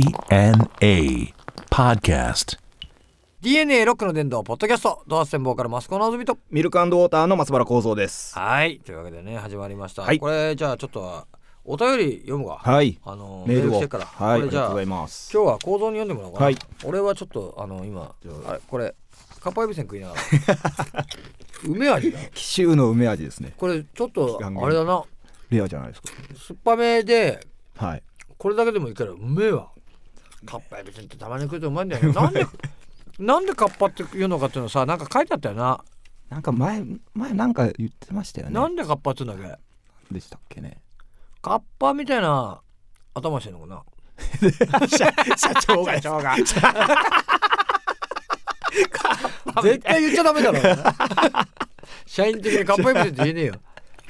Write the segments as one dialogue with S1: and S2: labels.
S1: DNA Podcast.
S2: DNA ロックの伝道ポッドキャストドアステンボーカルマスコのあずみと
S3: ミルクウォーターの松原幸三です。
S2: はいというわけでね始まりました、
S3: はい
S2: これじゃあちょっとお便り読むか
S3: はい
S2: あの
S3: メール
S2: し
S3: を。
S2: てから、
S3: はい、あ
S2: こ
S3: り
S2: れじ
S3: がと
S2: ゃ
S3: うご
S2: あ
S3: ざい
S2: 今
S3: ます
S2: 日。は構造に読んでもらおうかな、
S3: はい
S2: 俺はちょっとあの今
S3: ゃあ
S2: あれこれカッパエビせん食いな がら梅味だ
S3: 奇襲の梅味ですね。
S2: これちょっと
S3: 期間限定
S2: あれだな
S3: レアじゃないですか。
S2: 酸っぱめで
S3: はい。
S2: これだけでもいいけど梅はカッパエビせんってたまに食うとうまいんだよねなん でなんでカッパって言うのかっていうのさなんか書いてあったよな、
S3: なんか前、前なんか言ってましたよね。
S2: なんでカッパって言うんだっけ
S3: でしたっけね。
S2: カッパみたいな頭してんのかな
S3: 社長が。
S2: 長が 絶対言っちゃダメだろ 社員的にカッパエビセンって言えねえよ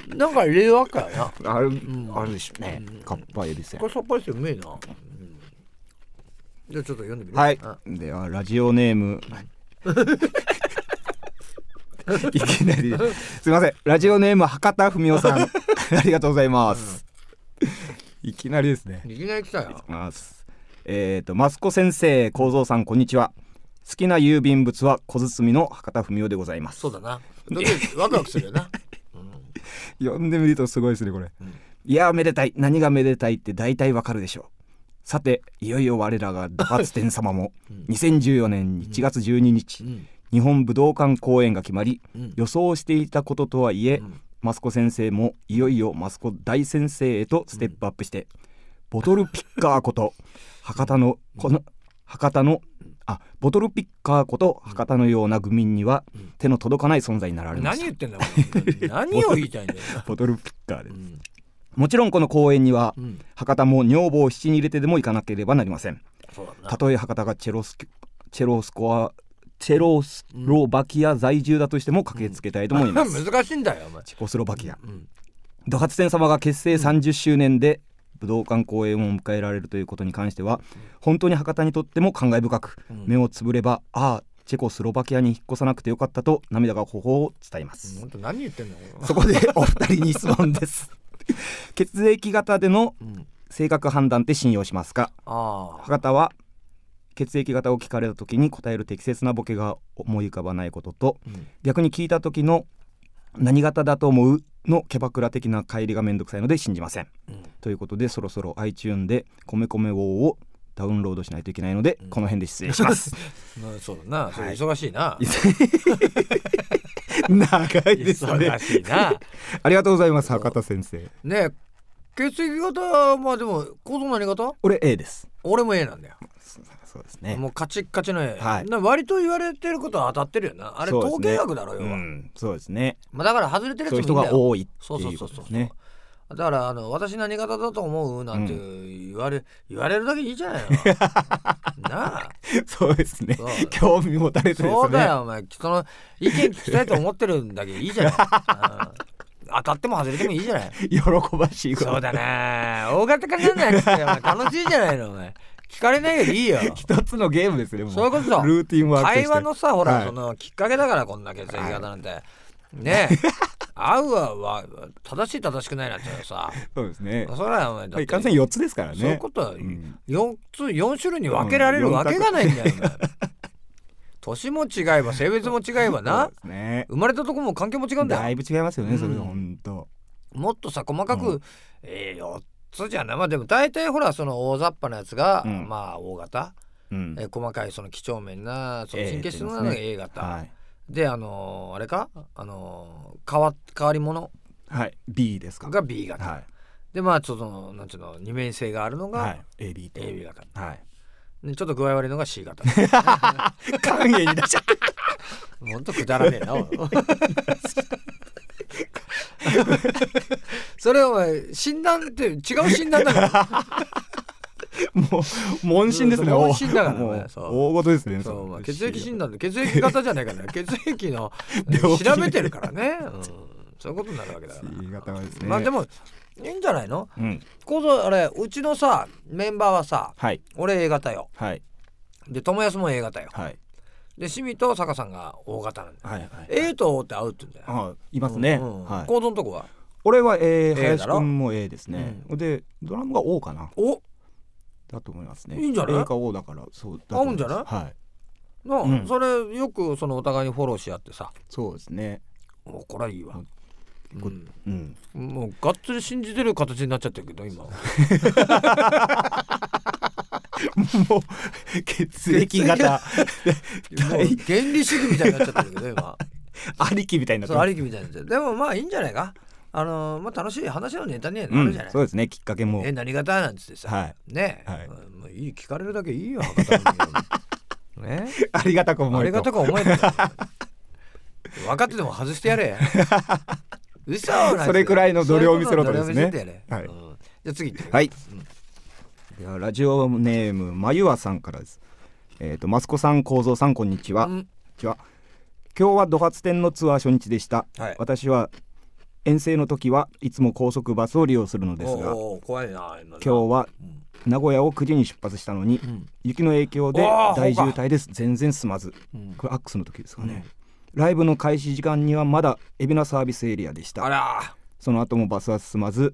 S2: なんか理由あっからな
S3: ある
S2: ん、
S3: あるでしょうね。カッパエビせん
S2: こ。れさっぱりしてうめえな、うんじゃあちょっと読んでみる
S3: はい
S2: あ。
S3: では、ラジオネー ム。いきなり。すみません。ラジオネーム博多文夫 さん。ありがとうございます。いきなりですね。
S2: いきなり来たよ
S3: ます。えっ、と、マスコ先生、構造さん、こんにちは。好きな郵便物は小包の博多文雄でございます。
S2: そうだなだって ワクワクするよな
S3: 読んでみるとすごいですね、これ。いやー、めでたい。何がめでたいって大体わかるでしょう。さて、いよいよ我らが打発天様も、2014年1月12日、
S2: ん
S3: 日本武道館公演が決まり、
S2: ん
S3: 予想していたこととはいえ、
S2: ん
S3: マスコ先生もいよいよマスコ大先生へとステップアップして、ボトルピッカーこと博多のこの博多のあボトルピッカーこと博多のような愚民には手の届かない存在になられま
S2: 何
S3: した
S2: 言ってんだよお前何を言いたいん だよ、
S3: ボトルピッカーで
S2: うん
S3: もちろんこの公演には、
S2: うん
S3: 博多も女房を七に入れてでも行かなければなりません
S2: そうだな
S3: たとえ博多がチェロスキチェロスコアチェロスロバキア在住だとしても駆けつけたいと思います、
S2: 難しいんだよお前
S3: チェコスロバキア、
S2: ん
S3: ドハツテン様が結成30周年で武道館公演を迎えられるということに関しては本当に博多にとっても感慨深く、目をつぶればああチェコスロバキアに引っ越さなくてよかったと涙が頬を伝えます、
S2: 本当何言ってんだよ
S3: そこでお二人に質問です 血液型での
S2: ん
S3: 性格判断って信用しますか
S2: ああ
S3: 博多は血液型を聞かれた時に答える適切なボケが思い浮かばないことと、
S2: ん
S3: 逆に聞いた時の「何型だと思う?」のキャバクラ的な帰りがめんどくさいので信じません。ということでそろそろ iTune で「米米ウォー」をダウンロードしないといけないので、この辺で失礼 します。
S2: なそうだな、それ忙しいな
S3: 長いですね
S2: 忙。しい な
S3: ありがとうございます博多先生。
S2: ねえ血液型まあでも構造何型
S3: 俺 A です。
S2: 俺も A なんだよ
S3: そうそうですね。
S2: もうカチッカチの A、
S3: はい
S2: な割と言われてることは当たってるよなあれ
S3: そうです
S2: 統
S3: ね
S2: 計学だろよ、
S3: うん、そうですね。
S2: まあ、だから外れてる
S3: そう
S2: や
S3: いう
S2: つ
S3: 人
S2: もいいんだよ
S3: が多いって
S2: そう
S3: い
S2: そう
S3: う
S2: そ
S3: こ
S2: う
S3: と
S2: そう
S3: ですね。
S2: だからあの私何型だと思うなんて言われ,、言われるだけいいじゃ ないのなあ
S3: そうですね
S2: そう。
S3: 興味持たれてるんですね。
S2: そうだよお前その意見聞きたいと思ってるんだけどいいじゃ ない、うん当たっても外れてもいいじゃない
S3: 喜ばしいこと。
S2: そうだね大型化になんないっつってお前楽しいじゃないのお前聞かれないより いいよ
S3: 一つのゲームですね。も
S2: そういうことだ
S3: ルーティンワークとして。
S2: 会話のさほら、
S3: はい
S2: そのきっかけだからこんな血液型なんて、ねえ 合うはわ正しい正しくないなんてさ
S3: そうですね。
S2: そらお前だ
S3: まあ
S2: っ
S3: いかんせ
S2: て
S3: ん四つですからね。
S2: そういうことは
S3: ん
S2: 4つ四種類に分けられるわけがないんだよ、お前 年も違えば性別も違えば
S3: そう
S2: な
S3: ですね。
S2: 生まれたとこも環境も違うんだよ
S3: だいぶ違いますよね。そ
S2: う
S3: れ
S2: ん
S3: 本当。
S2: もっとさ細かく、
S3: う
S2: えー、4つじゃないまあでも大体ほらその大雑把なやつが、
S3: うん
S2: まあ O 型、
S3: うん
S2: えー細かいその几帳面なその
S3: A
S2: 神経質なの
S3: っ
S2: が
S3: て言
S2: A 型、
S3: はい。
S2: であのーあれかあのー変わ変わり者
S3: はい。B ですか。
S2: が B 型、
S3: は
S2: でまあちょっとそのなんていうの二面性があるの
S3: い。は
S2: が
S3: い。A B と。
S2: AB 型、
S3: はい。
S2: でちょっと具合悪いのが C 型
S3: 歓迎に出しちゃっ
S2: ほんとくだらねえなお いそれお前診断って違う診断だから
S3: た。もう問診ですね。
S2: そう
S3: お
S2: 問診だからね
S3: もう
S2: そう
S3: 大事ですね。
S2: そうまあ
S3: れ
S2: 血液診断で血液型じゃない からね血液の
S3: 病気
S2: 調べてるからね、うん、そういうことになるわけだから、
S3: B 型はですね。
S2: まあでもいいんじゃないの
S3: うん。
S2: こそあれうちのさメンバーはさ
S3: はい。
S2: 俺 A 型よ
S3: はい。
S2: で友康も A 型よ
S3: はい。で
S2: で清水と坂さんが O 型なんだよ
S3: はいはい。
S2: A と O って合うって言うんだよ
S3: あ、いますね。
S2: うん
S3: はい。
S2: 行動のとこは
S3: 俺は A,
S2: A だろ
S3: 林くんも A ですね、でドラムが O かな
S2: お
S3: だと思いますね
S2: いいんじゃない
S3: 映画をだからそうだと思
S2: 合うんじゃない
S3: ますはい
S2: なあ、
S3: うん
S2: それよくそのお互いにフォローし合ってさ
S3: そうですね
S2: もうこれはいいわ、うん
S3: うん
S2: もうがっつり信じてる形になっちゃってるけど今
S3: もう血液型
S2: もう原理主義みたいになっちゃってるけど 今
S3: ありきみたいになって
S2: そう
S3: ま
S2: あ
S3: す
S2: りきみたいになっちゃってでもまあいいんじゃないかあのーまあ楽しい話のネタには
S3: う
S2: なる
S3: ん
S2: じゃない、
S3: そうですねきっかけも
S2: え何型なんつってさ、
S3: はい
S2: ねえ、
S3: は
S2: う
S3: い
S2: んもういい聞かれるだけいいよ博多の ね
S3: ありがたく思
S2: あ
S3: え
S2: り
S3: ると
S2: がたく思えたよ分かってても外してや れ嘘なんて
S3: それくらいの度量を見せろとですね
S2: そういうことの度量を見せてやれ
S3: はい
S2: うんじゃあ次行って
S3: はいい。ではラジオネームまゆわさんからです。えっ、とマスコさん、構造さん、こんにちは。こんにちは。今日はド発展のツアー初日でした。
S2: はい
S3: 私は遠征の時はいつも高速バスを利用するのですが、
S2: おー怖いな今
S3: 今日は
S2: うん
S3: 名古屋を9時に出発したのに、
S2: ん
S3: 雪の影響で
S2: おー
S3: 大渋滞です。全然進まず。
S2: うん
S3: これアックスの時ですかね。ライブの開始時間にはまだ海老名サービスエリアでし
S2: あ
S3: た。
S2: ら
S3: その後もバスは進まず、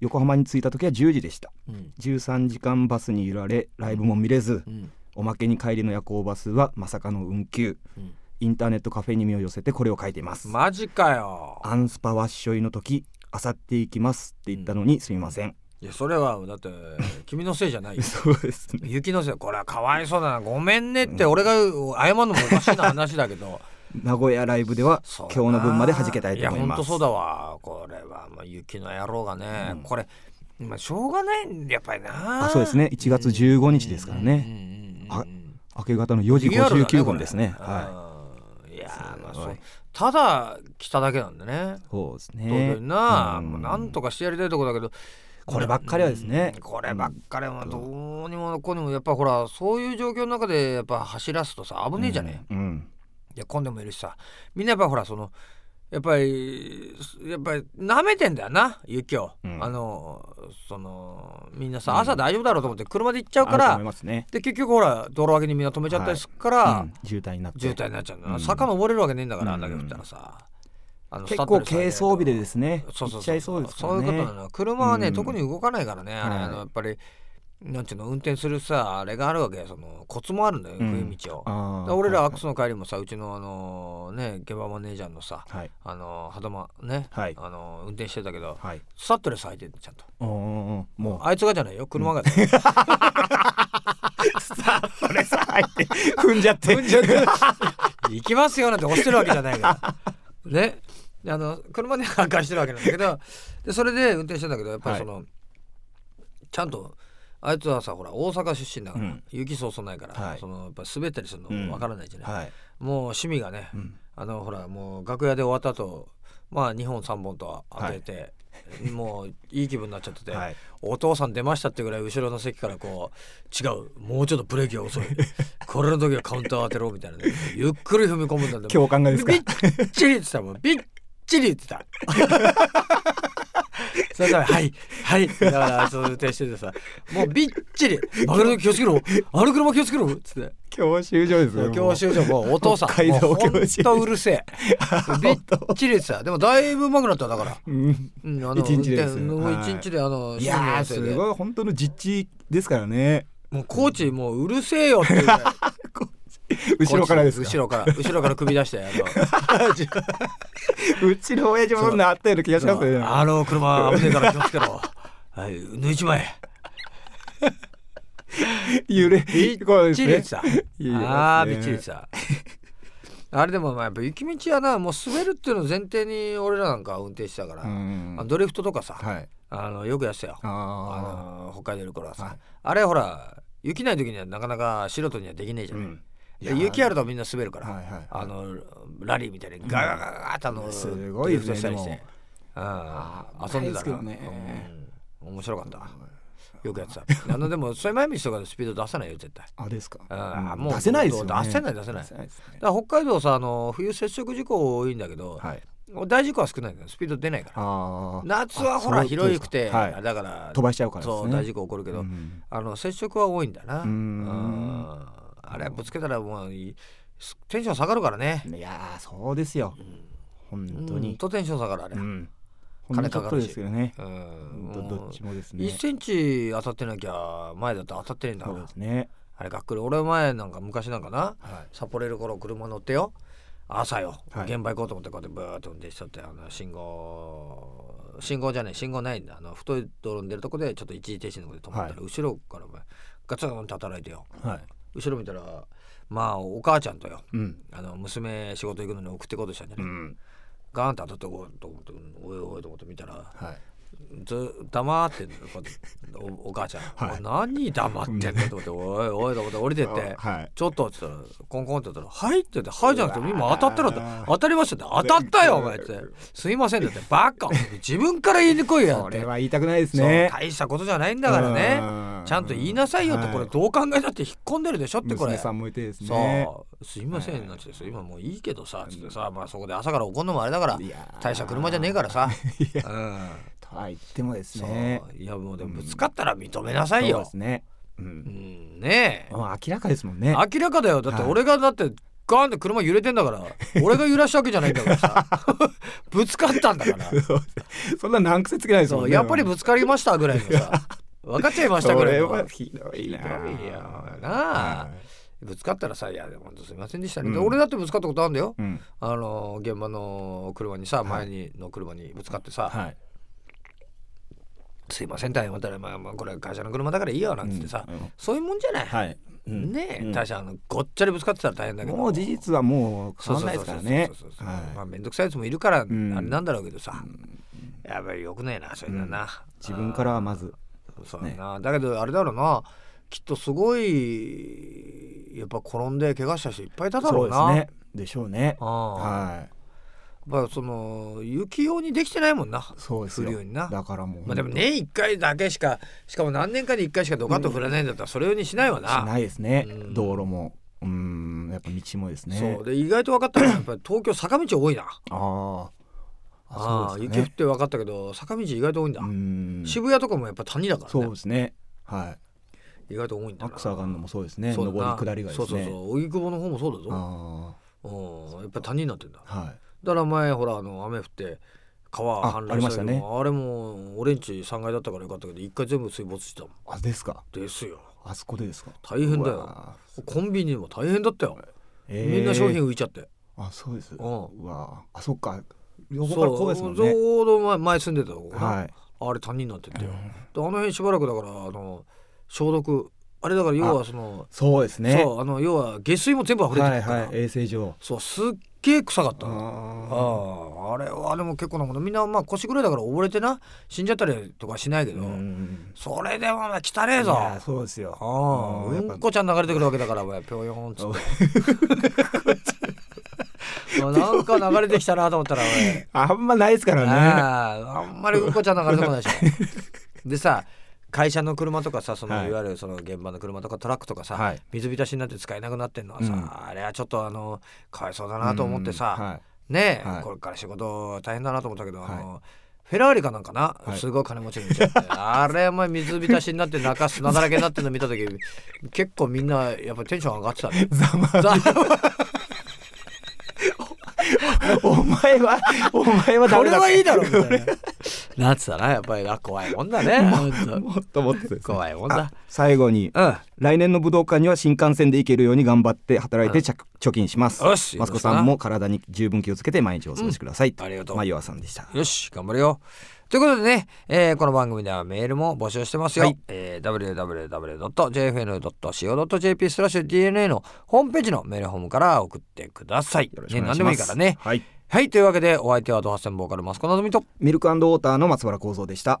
S3: 横浜に着いた時は10時でした。
S2: ーうん
S3: 13時間バスに揺られライブも見れず、
S2: うん
S3: おまけに帰りの夜行バスはまさかの運休、
S2: うん
S3: インターネットカフェに身を寄せてこれを書いています、
S2: マジかよ
S3: アンスパワッショイの時あさっていきますって言ったのにすみません、
S2: いやそれはだって君のせいじゃないよ
S3: そうですね
S2: 雪のせいこれはかわいそうだなごめんねって俺が謝るのもおかしいな話だけど
S3: 名古屋ライブでは
S2: そう
S3: 今
S2: だな
S3: 日の分まで弾けたいと思
S2: や
S3: い
S2: ほん
S3: ます
S2: とそうだわこれはもう雪の野郎がね、これまあしょうがないんでやっぱりな
S3: あそうですね1月15日ですから
S2: うんう
S3: ね、
S2: んうん
S3: あ明け方の4時
S2: リアルだね
S3: 59分ですね
S2: これ
S3: は
S2: うんいやーまあ
S3: すごい
S2: そうただ来ただけなんでね
S3: いそうです
S2: 東
S3: ね
S2: 京にな、
S3: うん
S2: もうなんとかしてやりたいとこだけど
S3: こればっかりはですね
S2: うんこればっかりはどうにもこうにもやっぱほらそういう状況の中でやっぱ走らすとさ危ねえじゃねえ、
S3: うん
S2: いや混んでもいるしさみんなやっぱほらそのやっぱりやっぱり舐めてんだよな雪を、
S3: うん
S2: あのそのみんなさ朝大丈夫だろうと思って車で行っちゃうか
S3: あると
S2: ら、
S3: 思いますね
S2: で結局ほら道路脇にみんな止めちゃったりするから、
S3: うん渋滞になって
S2: 渋滞になっちゃうんだよな、
S3: うん
S2: 坂登れるわけねえんだから、あんだけ降ったらさあのスタッドレスはね
S3: 結構軽装備でですね
S2: そうそう
S3: 行っちゃいそうですからね
S2: そういうことなの車はね、
S3: うん
S2: 特に動かないからねあれ、
S3: はい
S2: あのやっぱりなんていうの運転するさあれがあるわけよそのコツもあるんだよ、
S3: うん
S2: 冬道を
S3: あ
S2: で
S3: ー
S2: 俺らアクスの帰りもさうちのあのね下馬マネージャーのさ
S3: はい
S2: あの波止間ね、
S3: はい
S2: あの運転してたけど
S3: はい
S2: スタッドレス履いてんのちゃんと
S3: おーおーおーもう
S2: あいつがじゃないよ車が、
S3: それさ入って踏んじゃって
S2: 踏んじゃって行きますよなんて押してるわけじゃないからねであの車で反感してるわけなんだけどでそれで運転してんだけどやっぱりその、ちゃんとあいつはさほら大阪出身だから、
S3: うん
S2: 雪そうそうないから、
S3: はい
S2: そのやっぱ滑ったりする
S3: う
S2: の
S3: ん
S2: わからないじゃない、
S3: はい
S2: もう趣味がね、
S3: ん
S2: あのほらもう楽屋で終わった後まあ2本3本と開けて、もういい気分になっちゃってて、
S3: はい
S2: お父さん出ましたってぐらい後ろの席からこう違うもうちょっとブレーキが 遅いこれの時はカウンター当てろみたいなねゆっくり踏み込むんだって
S3: 共感がですか
S2: びっちり言ってたもんびっちり言って たそれからはいはいだからあいつの運転しててさもうびっちり「曲がる時気をつけろあの車気をつけろ」っつって。
S3: 教習所ですよ
S2: 教習所もうお父さ
S3: 北
S2: ん
S3: 海
S2: もうほ
S3: 道教
S2: ん
S3: 習所
S2: とうる せえびっちりでさでもだいぶうまくなっただ から、
S3: もううん
S2: うん、あの
S3: 一日でです
S2: 運転もう
S3: はい
S2: 一日であの
S3: いや
S2: 新
S3: ー
S2: 入
S3: す
S2: 生で
S3: ごい本当の実地ですからね
S2: もうコーチもううるせえよっていうぐらい
S3: 後ろからです
S2: コーチ後
S3: か
S2: ろから後ろから首出してあ の自分
S3: うちの親父もそんなあったような気がしますね
S2: あの車危ねえから気をつけろはい抜いちまえ
S3: 揺れ
S2: びっ
S3: こうです
S2: ち
S3: ね
S2: りでさ
S3: いいですね
S2: ああびっちりでさあれでもまあやっぱ雪道はなもう滑るっていうのを前提に俺らなんか運転してたから、
S3: うん
S2: あドリフトとかさ、
S3: はい
S2: あのよくやってたよあ
S3: あ
S2: の北海道いる頃はさ、
S3: はい
S2: あれほら雪ない時にはなかなか素人にはできねえじ
S3: ー
S2: ゃ
S3: う
S2: ない、
S3: ん
S2: で雪あるとみんな滑るから、
S3: はいはい
S2: あのラリーみたいにガガガガガッとあの、
S3: すごいです
S2: ドリフ
S3: ね
S2: トしたりして、うん
S3: で、ー
S2: 遊んで
S3: 危ないで
S2: た
S3: すけ
S2: ら、
S3: どね
S2: うん面白かったよくやってたあのでも狭い道とかでスピード出さないよ絶対
S3: あですか
S2: あー
S3: うん
S2: もう
S3: 出せないですよね
S2: 出せない出せない
S3: ですね
S2: だから北海道さあの冬接触事故多いんだけど、
S3: はい
S2: 大事故は少ないんだよスピード出ないから
S3: あー
S2: 夏はほ
S3: あ
S2: ら
S3: そういうこと
S2: 広
S3: ですか
S2: くて、
S3: はい
S2: だから
S3: 飛ばしちゃうからですね
S2: そう大事故起こるけど、
S3: うん
S2: あの接触は多いんだな
S3: うー
S2: う
S3: ん
S2: んあれぶつけたらもういすテンション下がるからね
S3: いやーそうですよ本当
S2: うん
S3: に
S2: とテンション下がるあれ、
S3: うんほんのちょっとですけどね
S2: う
S3: ど
S2: ん
S3: どっちもですね
S2: 1センチ当たってなきゃ前だと当たってねえんだか
S3: そう
S2: ら
S3: ですね
S2: あれがっくり俺前なんか昔なんかな
S3: は
S2: 札幌いる頃車乗ってよ朝よ、
S3: はい
S2: 現場行こうと思ってこうやってブーッと運転しとってあの信号信号じゃない信号ないんだあの太い道路に出るとこでちょっと一時停止のとこで止まったら、後ろからお前ガツンと働いてよ
S3: はい
S2: 後ろ見たらまあお母ちゃんとよ
S3: うん
S2: あの娘仕事行くのに送ってこうとしたんじゃ
S3: う
S2: ない、
S3: ん
S2: ガーンと当たってこうと思っておいおいと思って見たら
S3: はい
S2: ず黙ってんのよこうやっておお母ちゃん、
S3: はい
S2: 何黙ってんのと思って「おいおい」と思って降りてって
S3: はい
S2: 「ちょっと」っつったらコンコンって言ったら「はい」って言って「はい」じゃなくて「今当たったろ」って
S3: うわー
S2: 「当たりました」って「当たったよお前」って「すいません」だって「バカお前自分から言いに来いや」
S3: こ
S2: って
S3: れは言いたくないです
S2: そう
S3: ね
S2: 大したことじゃないんだからね
S3: う
S2: ちゃんと言いなさいよって
S3: は
S2: これどう考えたって引っ込んでるでしょってこれ
S3: 娘さんもいてですね
S2: そうすいません」なんつってさ「今もういいけどさ」つってさ
S3: う
S2: まあそこで朝から怒るのもあれだから
S3: いやー
S2: 大した車じゃねえから さうん
S3: とは言ってもです
S2: そう
S3: ね
S2: いやもうでもぶつかったら認めなさい
S3: そう
S2: よ
S3: ですねう
S2: うんんねえ
S3: まあ明らかですもんね
S2: 明らかだよだって
S3: はい
S2: 俺がだってガーンって車揺れてんだから 俺が揺らしたわけじゃないんだからさぶつかったんだから
S3: そう そんな難癖つけないです
S2: そ
S3: もん
S2: う
S3: ね
S2: やっぱりぶつかりましたぐらいの さ分かっちゃいましたぐ
S3: こ
S2: らい
S3: れ
S2: の
S3: はひどいな
S2: ひどいよなあ
S3: はい
S2: ぶつかったらさ「いや本当すいませんでしたね」で
S3: うん
S2: 俺だってぶつかったことあるんだよ
S3: うん
S2: あの現場の車にさ
S3: い
S2: 前にの車にぶつかってさ
S3: はい
S2: 「すいません大変またまあまあこれ会社の車だからいいよ」なんつってさ
S3: うん
S2: そういうもんじゃない
S3: はいうん
S2: ね
S3: う
S2: え
S3: ん
S2: 大社あのごっちゃりぶつかってたら大変だけど
S3: もう事実はもう変わんないですからね
S2: そうそうそうそうそうま
S3: は
S2: あ面倒くさいやつもいるからあれ
S3: ん
S2: なんだろうけどさ、やっぱりよくねえなそれだな、
S3: い自分からはまず
S2: そうだな、だけどあれだろうなきっとすごいやっぱ転んで怪我した人いっぱいいただろうな
S3: そうですねでしょうね
S2: ああ
S3: はい
S2: やっぱその雪用にできてないもんな
S3: そうです
S2: 降る
S3: よ
S2: ようにな
S3: だからもう
S2: まあでも年1回だけしかしかも何年かに1回しかドカッと降らないんだったらそれ用にしないわ
S3: し
S2: な
S3: ないですね
S2: うん
S3: 道路もうんやっぱ道もですね
S2: そうで意外と分かったのはやっぱり東京坂道多いな
S3: ああ
S2: あ
S3: あ
S2: あ
S3: そうです
S2: 雪降っ
S3: ね
S2: て分かったけど坂道意外と多いんだ、
S3: うん
S2: 渋谷とかもやっぱ谷だから
S3: そう
S2: ね
S3: ですねはい
S2: 意外と多いんだ
S3: ア
S2: な
S3: クサ上がるのもそうですね
S2: そう
S3: 上
S2: だ
S3: り
S2: な
S3: 下りがですね
S2: そうそうそう荻窪の方もそうだぞ
S3: あ
S2: うんやっぱり谷になってんだだ
S3: あはい
S2: から前ほらあの雨降って川
S3: あ
S2: 氾
S3: あり
S2: 濫
S3: ま
S2: し
S3: したた
S2: け
S3: ね
S2: どあれも俺んち3階だったからよかったけど一回全部水没してたもん
S3: あですか
S2: ですよ
S3: あそこでですか
S2: 大変だ
S3: う
S2: よ
S3: わー
S2: コンビニも大変だったよ、
S3: えー
S2: みんな商品浮いちゃって
S3: あそうです
S2: ん
S3: うわーあそっか両
S2: そ
S3: 方からこうですもん
S2: ち
S3: ね
S2: ょうど前前住んでたとこな、
S3: はい
S2: あれ谷になっててよ、であの辺しばらくだからあの消毒あれだから要はその
S3: そうですね
S2: そうあの要は下水も全部溢れて
S3: は
S2: る
S3: い
S2: から、
S3: はい衛生上
S2: そうすっげえ臭かったのあ
S3: あ
S2: ああれはでも結構なものみんなまあ腰ぐらいだから溺れてな死んじゃったりとかはしないけ
S3: ー
S2: ど、
S3: うん
S2: それでもお前汚ねえぞ
S3: いやそうですよ
S2: ああ
S3: うん
S2: う
S3: やっぱ
S2: んこちゃん流れてくるわけだからお前ぴょんよ んっつってあ なんか流れてきたなと思ったら俺
S3: あんまないですからね
S2: ああんまりうんこちゃん流れてこないでし ょでさ会社の車とかさその、、
S3: はいい
S2: わゆるその現場の車とかトラックとかさ、
S3: はい
S2: 水浸しになって使えなくなってんのはさ、
S3: うん
S2: あれはちょっとあのかわいそうだなと思ってさ、
S3: うんはい
S2: ねえ、
S3: はい
S2: これから仕事大変だなと思ったけど、あ
S3: は
S2: のフェラーリかなんかな、
S3: はい
S2: すごい金持ちに見ちゃってあれお前水浸しになって中砂だらけになってるの見た時結構みんなやっぱテンション上がってたね
S3: ざま
S2: ざ
S3: お前はお前は
S2: こ
S3: ダメ
S2: れ
S3: だ
S2: はいいだろみたいななってたなやっぱりあ怖いもんだねほんと
S3: もっともっとです
S2: 怖いもん
S3: あ
S2: だ
S3: 最後に
S2: う
S3: 来年の武道館には新幹線で行けるように頑張って働いてちゃ貯金します
S2: よし
S3: マスコさんも体に十分気をつけて毎日お過ごしください、
S2: んありがとう
S3: マユアさんでした
S2: んよし頑張れよということでね、えーこの番組ではメールも募集してますよ、
S3: はい
S2: えー www.jfn.co.jp スラッシュ DNA のホームページのメールホームから送ってください
S3: よろし
S2: ね
S3: くお願い
S2: 何で
S3: し
S2: も
S3: ま
S2: いい
S3: す
S2: からね
S3: はい
S2: はいというわけでお相手はドハッセンボーカルマスコのぞみと
S3: ミルクウォーターの松原幸三でした